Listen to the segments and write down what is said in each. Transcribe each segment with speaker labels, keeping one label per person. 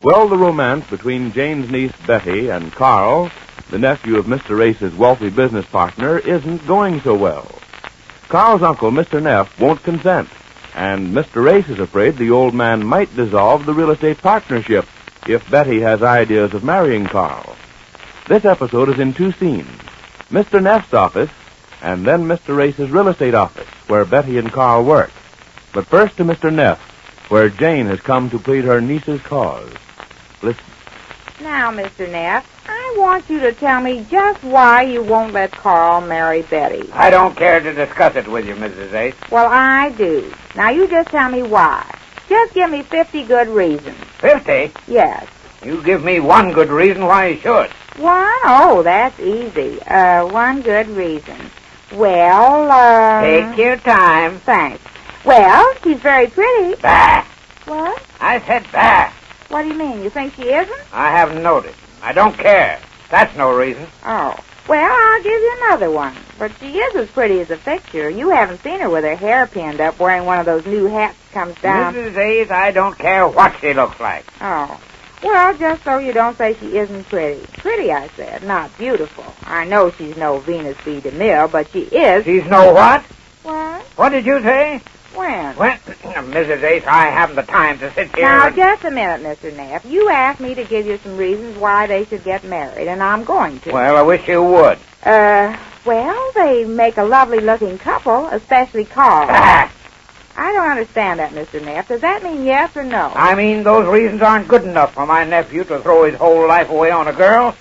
Speaker 1: Well, the romance between Jane's niece Betty and Carl, the nephew of Mr. Race's wealthy business partner, isn't going so well. Carl's uncle, Mr. Neff, won't consent, and Mr. Race is afraid the old man might dissolve the real estate partnership if Betty has ideas of marrying Carl. This episode is in two scenes Mr. Neff's office, and then Mr. Race's real estate office, where Betty and Carl work. But first to Mr. Neff, where Jane has come to plead her niece's cause. Listen.
Speaker 2: Now, Mr. Neff, I want you to tell me just why you won't let Carl marry Betty.
Speaker 3: I don't care to discuss it with you, Mrs. Ace.
Speaker 2: Well, I do. Now, you just tell me why. Just give me 50 good reasons.
Speaker 3: Fifty?
Speaker 2: Yes.
Speaker 3: You give me one good reason why you should.
Speaker 2: Uh-huh. One? Oh, that's easy. Uh, one good reason. Well, uh...
Speaker 3: Take your time.
Speaker 2: Thanks. Well, she's very pretty.
Speaker 3: Bah!
Speaker 2: What?
Speaker 3: I said bah.
Speaker 2: What do you mean? You think she isn't?
Speaker 3: I haven't noticed. I don't care. That's no reason.
Speaker 2: Oh. Well, I'll give you another one. But she is as pretty as a picture. You haven't seen her with her hair pinned up wearing one of those new hats comes down.
Speaker 3: Mrs. Ace, I don't care what she looks like.
Speaker 2: Oh. Well, just so you don't say she isn't pretty. Pretty, I said, not beautiful. I know she's no Venus B. DeMille, but she is.
Speaker 3: She's no what?
Speaker 2: What?
Speaker 3: What did you say?
Speaker 2: When?
Speaker 3: Well, Mrs. Ace, I haven't the time to sit here.
Speaker 2: Now,
Speaker 3: and-
Speaker 2: just a minute, Mr. Neff. You asked me to give you some reasons why they should get married, and I'm going to.
Speaker 3: Well, I wish you would.
Speaker 2: Uh, well, they make a lovely looking couple, especially Carl.
Speaker 3: Bah!
Speaker 2: I don't understand that, Mr. Neff. Does that mean yes or no?
Speaker 3: I mean, those reasons aren't good enough for my nephew to throw his whole life away on a girl.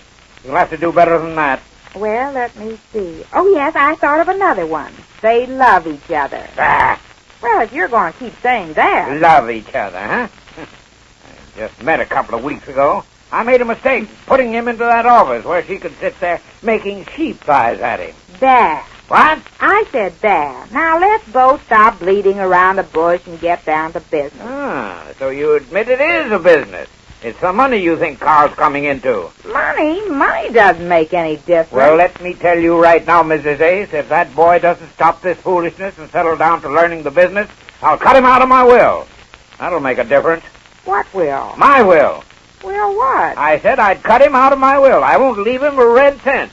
Speaker 3: You'll have to do better than that.
Speaker 2: Well, let me see. Oh, yes, I thought of another one. They love each other.
Speaker 3: Bah!
Speaker 2: Well, if you're going to keep saying that.
Speaker 3: Love each other, huh? I just met a couple of weeks ago. I made a mistake putting him into that office where she could sit there making sheep's eyes at him.
Speaker 2: There.
Speaker 3: What?
Speaker 2: I said there. Now, let's both stop bleeding around the bush and get down to business.
Speaker 3: Ah, so you admit it is a business. It's the money you think Carl's coming into.
Speaker 2: Money? Money doesn't make any difference.
Speaker 3: Well, let me tell you right now, Mrs. Ace, if that boy doesn't stop this foolishness and settle down to learning the business, I'll cut him out of my will. That'll make a difference.
Speaker 2: what will?
Speaker 3: My will.
Speaker 2: Will what?
Speaker 3: I said I'd cut him out of my will. I won't leave him a red cent.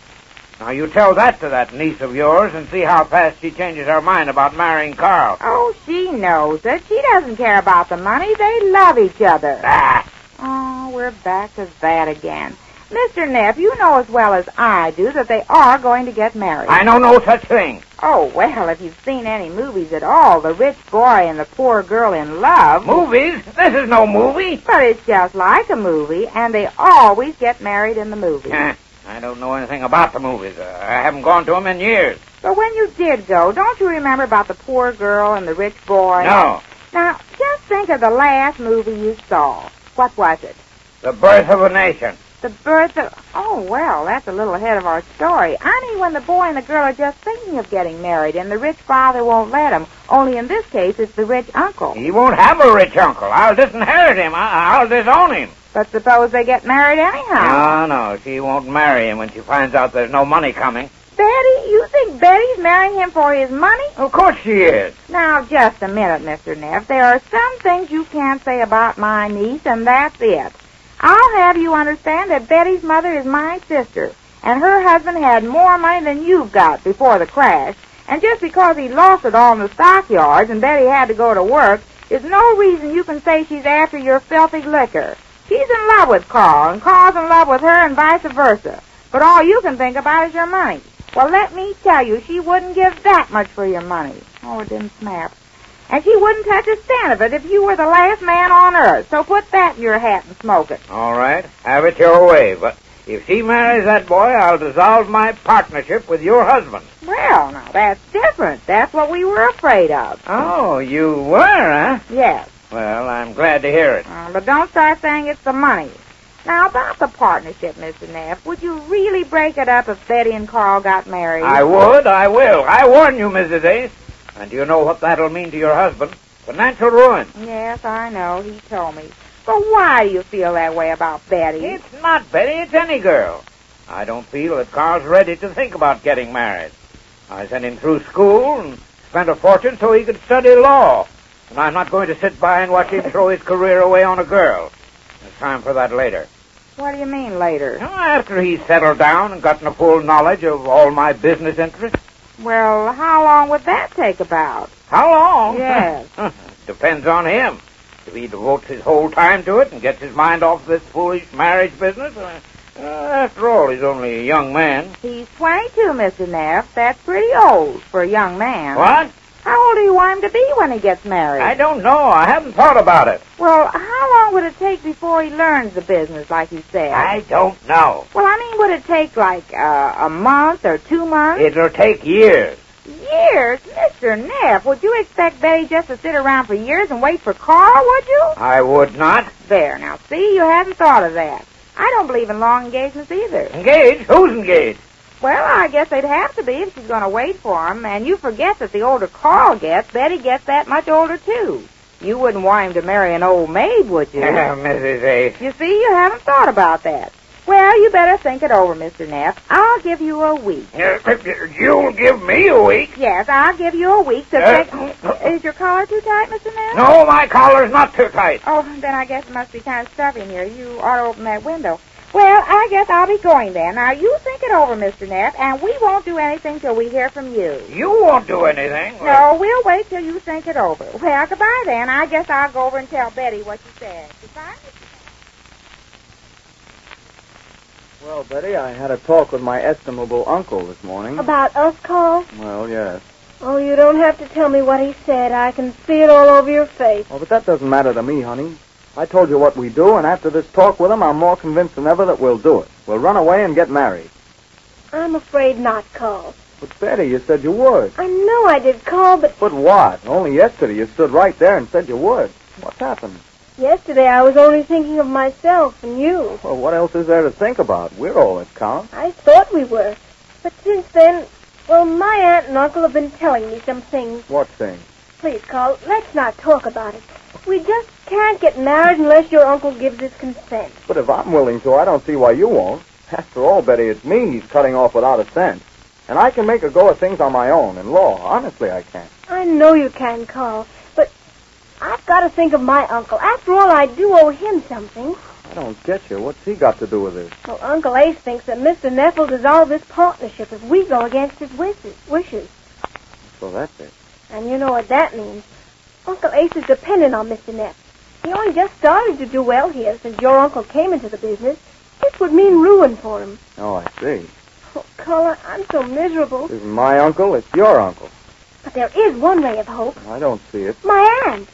Speaker 3: Now you tell that to that niece of yours and see how fast she changes her mind about marrying Carl.
Speaker 2: Oh, she knows it. She doesn't care about the money. They love each other.
Speaker 3: Ah,
Speaker 2: Oh, we're back to that again. Mr. Neff, you know as well as I do that they are going to get married.
Speaker 3: I know no such thing.
Speaker 2: Oh, well, if you've seen any movies at all, the rich boy and the poor girl in love.
Speaker 3: Movies? This is no movie.
Speaker 2: But it's just like a movie, and they always get married in the movie.
Speaker 3: Eh, I don't know anything about the movies. Uh, I haven't gone to them in years.
Speaker 2: But when you did go, don't you remember about the poor girl and the rich boy?
Speaker 3: No.
Speaker 2: Now, just think of the last movie you saw. What was it?
Speaker 3: The Birth of a Nation.
Speaker 2: The birth of... Oh, well, that's a little ahead of our story. I mean, when the boy and the girl are just thinking of getting married, and the rich father won't let them. Only in this case, it's the rich uncle.
Speaker 3: He won't have a rich uncle. I'll disinherit him. I- I'll disown him.
Speaker 2: But suppose they get married anyhow.
Speaker 3: No, no. She won't marry him when she finds out there's no money coming.
Speaker 2: Betty, you think Betty's marrying him for his money?
Speaker 3: Of course she is.
Speaker 2: Now, just a minute, Mr. Neff. There are some things you can't say about my niece, and that's it. I'll have you understand that Betty's mother is my sister, and her husband had more money than you've got before the crash. And just because he lost it all in the stockyards and Betty had to go to work, is no reason you can say she's after your filthy liquor. She's in love with Carl, and Carl's in love with her, and vice versa. But all you can think about is your money. Well, let me tell you, she wouldn't give that much for your money. Oh, it didn't snap. And she wouldn't touch a cent of it if you were the last man on earth. So put that in your hat and smoke it.
Speaker 3: All right. Have it your way. But if she marries that boy, I'll dissolve my partnership with your husband.
Speaker 2: Well, now that's different. That's what we were afraid of.
Speaker 3: Oh, you were, huh?
Speaker 2: Yes.
Speaker 3: Well, I'm glad to hear it.
Speaker 2: Uh, but don't start saying it's the money. Now about the partnership, Mr. Neff, would you really break it up if Betty and Carl got married?
Speaker 3: I would, I will. I warn you, Mrs. Ace. And you know what that'll mean to your husband? Financial ruin.
Speaker 2: Yes, I know. He told me. But why do you feel that way about Betty?
Speaker 3: It's not Betty, it's any girl. I don't feel that Carl's ready to think about getting married. I sent him through school and spent a fortune so he could study law. And I'm not going to sit by and watch him throw his career away on a girl. As time for that later.
Speaker 2: What do you mean later?
Speaker 3: Now, after he settled down and gotten a full knowledge of all my business interests.
Speaker 2: Well, how long would that take about?
Speaker 3: How long?
Speaker 2: Yes.
Speaker 3: Depends on him. If he devotes his whole time to it and gets his mind off this foolish marriage business, uh, uh, after all, he's only a young man.
Speaker 2: He's 22, Mr. Neff. That's pretty old for a young man.
Speaker 3: What?
Speaker 2: How old do you want him to be when he gets married?
Speaker 3: I don't know. I haven't thought about it.
Speaker 2: Well, how long would it take before he learns the business, like you said?
Speaker 3: I don't know.
Speaker 2: Well, I mean, would it take like uh, a month or two months?
Speaker 3: It'll take years.
Speaker 2: Years, Mr. Neff. Would you expect Betty just to sit around for years and wait for Carl? Would you?
Speaker 3: I would not.
Speaker 2: There, now see, you hadn't thought of that. I don't believe in long engagements either.
Speaker 3: Engaged? Who's engaged?
Speaker 2: Well, I guess they'd have to be if she's going to wait for him. And you forget that the older Carl gets, Betty gets that much older too. You wouldn't want him to marry an old maid, would you?
Speaker 3: Mrs. Ace.
Speaker 2: You see, you haven't thought about that. Well, you better think it over, Mr. Neff. I'll give you a week.
Speaker 3: You'll give me a week.
Speaker 2: Yes, I'll give you a week to
Speaker 3: Uh,
Speaker 2: think. Is your collar too tight, Mr. Neff?
Speaker 3: No, my collar's not too tight.
Speaker 2: Oh, then I guess it must be kind of stuffy in here. You ought to open that window. Well, I guess I'll be going then. Now, you think it over, Mr. Neff, and we won't do anything till we hear from you.
Speaker 3: You won't do anything.
Speaker 2: No, we'll wait till you think it over. Well, goodbye then. I guess I'll go over and tell Betty what you said. Goodbye.
Speaker 4: Well, Betty, I had a talk with my estimable uncle this morning.
Speaker 5: About us, Carl?
Speaker 4: Well, yes.
Speaker 5: Oh, you don't have to tell me what he said. I can see it all over your face.
Speaker 4: Well, but that doesn't matter to me, honey. I told you what we do, and after this talk with him, I'm more convinced than ever that we'll do it. We'll run away and get married.
Speaker 5: I'm afraid not, Carl.
Speaker 4: But Betty, you said you would.
Speaker 5: I know I did, Carl, but
Speaker 4: But what? Only yesterday you stood right there and said you would. What's happened?
Speaker 5: yesterday I was only thinking of myself and you.
Speaker 4: Well, what else is there to think about? We're all that counts.
Speaker 5: I thought we were. But since then, well, my aunt and uncle have been telling me some things.
Speaker 4: What thing?
Speaker 5: Please, Carl, let's not talk about it. We just can't get married unless your uncle gives his consent.
Speaker 4: But if I'm willing to, I don't see why you won't. After all, Betty, it's me he's cutting off without a cent. And I can make a go of things on my own, in law. Honestly, I can.
Speaker 5: I know you can, Carl, but I've got to think of my uncle. After all, I do owe him something.
Speaker 4: I don't get you. What's he got to do with this?
Speaker 5: Well, Uncle Ace thinks that Mr. Neff will dissolve this partnership if we go against his wishes. wishes.
Speaker 4: So that's it.
Speaker 5: And you know what that means. Uncle Ace is dependent on Mr. Neff. He only just started to do well here since your uncle came into the business. This would mean ruin for him.
Speaker 4: Oh, I see.
Speaker 5: Oh, Carl, I'm so miserable.
Speaker 4: This isn't my uncle, it's your uncle.
Speaker 5: But there is one ray of hope.
Speaker 4: I don't see it.
Speaker 5: My aunt.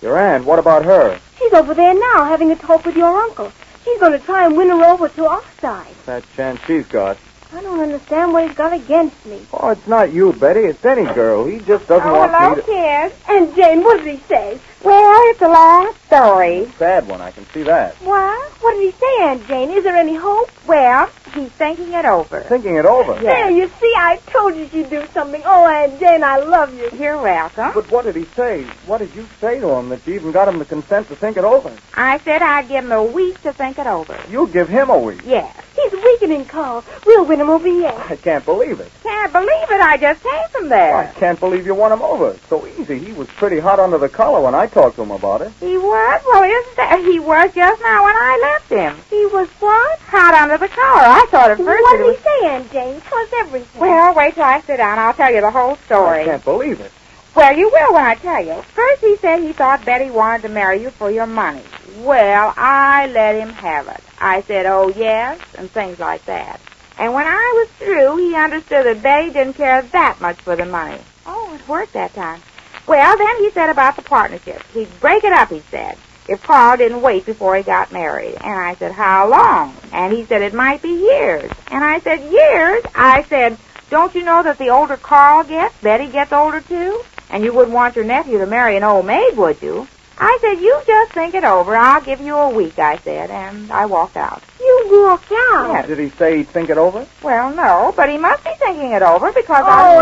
Speaker 4: Your aunt, what about her?
Speaker 5: She's over there now having a talk with your uncle. She's going to try and win her over to our side.
Speaker 4: That chance she's got.
Speaker 5: I don't understand what he's got against me.
Speaker 4: Oh, it's not you, Betty. It's any girl. He just doesn't
Speaker 2: Oh,
Speaker 4: want
Speaker 2: hello,
Speaker 4: me to...
Speaker 2: kids.
Speaker 5: And Jane, what did he say?
Speaker 2: Well, it's a long story.
Speaker 4: Sad one, I can see that.
Speaker 5: What? What did he say, Aunt Jane? Is there any hope?
Speaker 2: Well, he's thinking it over.
Speaker 4: Thinking it over.
Speaker 2: Yes.
Speaker 5: There, you see, I told you she'd do something. Oh, Aunt Jane, I love you.
Speaker 2: You're welcome.
Speaker 4: But what did he say? What did you say to him that you even got him to consent to think it over?
Speaker 2: I said I'd give him a week to think it over.
Speaker 4: You give him a week.
Speaker 2: Yes.
Speaker 5: He's weakening, Carl. We'll win him over yet.
Speaker 4: I can't believe it.
Speaker 2: Can't believe it. I just came from
Speaker 4: I
Speaker 2: there.
Speaker 4: can't believe you won him over. It's so easy. He was pretty hot under the collar when I talked to him about it.
Speaker 2: He was? Well, isn't that? He was just now when I left him.
Speaker 5: He was what?
Speaker 2: Hot under the collar. I thought at first
Speaker 5: What
Speaker 2: it
Speaker 5: did
Speaker 2: was...
Speaker 5: he say, Aunt Jane? Tell us everything.
Speaker 2: Well, wait till I sit down. I'll tell you the whole
Speaker 4: I
Speaker 2: story.
Speaker 4: can't believe it.
Speaker 2: Well, you will when I tell you. First, he said he thought Betty wanted to marry you for your money. Well, I let him have it. I said, oh, yes, and things like that. And when I was through, he understood that Betty didn't care that much for the money. Oh, it worked that time. Well, then he said about the partnership. He'd break it up, he said, if Carl didn't wait before he got married. And I said, how long? And he said, it might be years. And I said, years? I said, don't you know that the older Carl gets, Betty gets older too? And you wouldn't want your nephew to marry an old maid, would you? I said, you just think it over. I'll give you a week, I said, and I walked out.
Speaker 5: you walked out.
Speaker 2: Yes.
Speaker 4: Did he say he'd think it over?
Speaker 2: Well, no, but he must be thinking it over because I...
Speaker 5: Oh,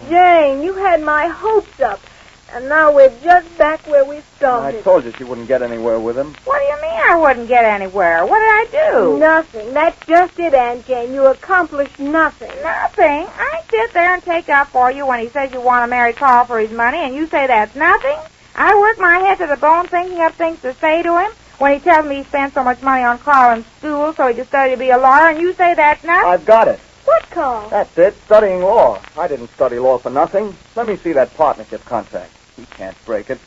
Speaker 5: Aunt Jane, you had my hopes up. And now we're just back where we
Speaker 4: I
Speaker 5: started.
Speaker 4: told you she wouldn't get anywhere with him.
Speaker 2: What do you mean I wouldn't get anywhere? What did I do?
Speaker 5: Nothing. That's just it, Aunt Jane. You accomplished nothing.
Speaker 2: Nothing. I sit there and take up for you when he says you want to marry Carl for his money, and you say that's nothing. I work my head to the bone thinking up things to say to him. when he tells me he spent so much money on Carlin's school so he could study to be a lawyer, and you say that's nothing?
Speaker 3: I've got it.
Speaker 5: What call?
Speaker 3: That's it. Studying law. I didn't study law for nothing. Let me see that partnership contract. He can't break it.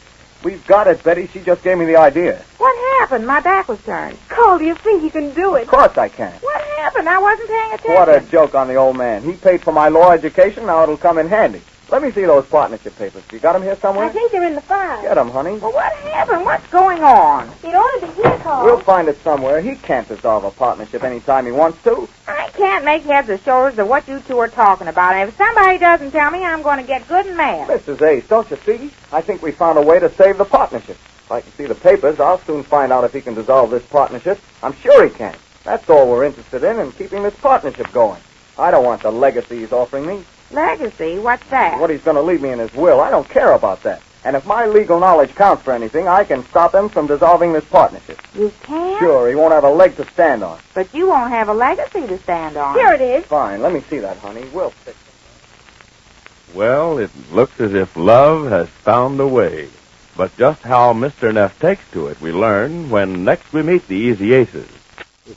Speaker 3: We've got it, Betty. She just gave me the idea.
Speaker 2: What happened? My back was turned.
Speaker 5: Carl, do you think you can do
Speaker 3: Of
Speaker 5: it?
Speaker 3: course I can.
Speaker 2: What happened? I wasn't paying attention.
Speaker 3: What a joke on the old man. He paid for my law education. Now it'll come in handy. Let me see those partnership papers. You got 'em here
Speaker 5: I
Speaker 3: somewhere?
Speaker 5: think they're in the file.
Speaker 3: Get 'em, honey.
Speaker 2: Well, what happened? What's going on?
Speaker 5: It ought to be here, Carl.
Speaker 3: We'll find it somewhere. He can't dissolve a partnership anytime he wants to.
Speaker 2: I can't make heads or shoulders of what you two are talking about. And if somebody doesn't tell me, I'm going to get good and mad.
Speaker 3: Mrs. Ace, don't you see? I think we found a way to save the partnership. If I can see the papers, I'll soon find out if he can dissolve this partnership. I'm sure he can. That's all we're interested in, in keeping this partnership going. I don't want the legacy he's offering me.
Speaker 2: Legacy? What's that?
Speaker 3: What he's going to leave me in his will, I don't care about that. And if my legal knowledge counts for anything, I can stop him from dissolving this partnership.
Speaker 2: You can't?
Speaker 3: Sure, he won't have a leg to stand on.
Speaker 2: But you won't have a legacy to stand on.
Speaker 5: Here it is.
Speaker 3: Fine, let me see that, honey. We'll fix it.
Speaker 1: Well, it looks as if love has found a way. But just how Mr. Neff takes to it, we learn when next we meet the Easy Aces.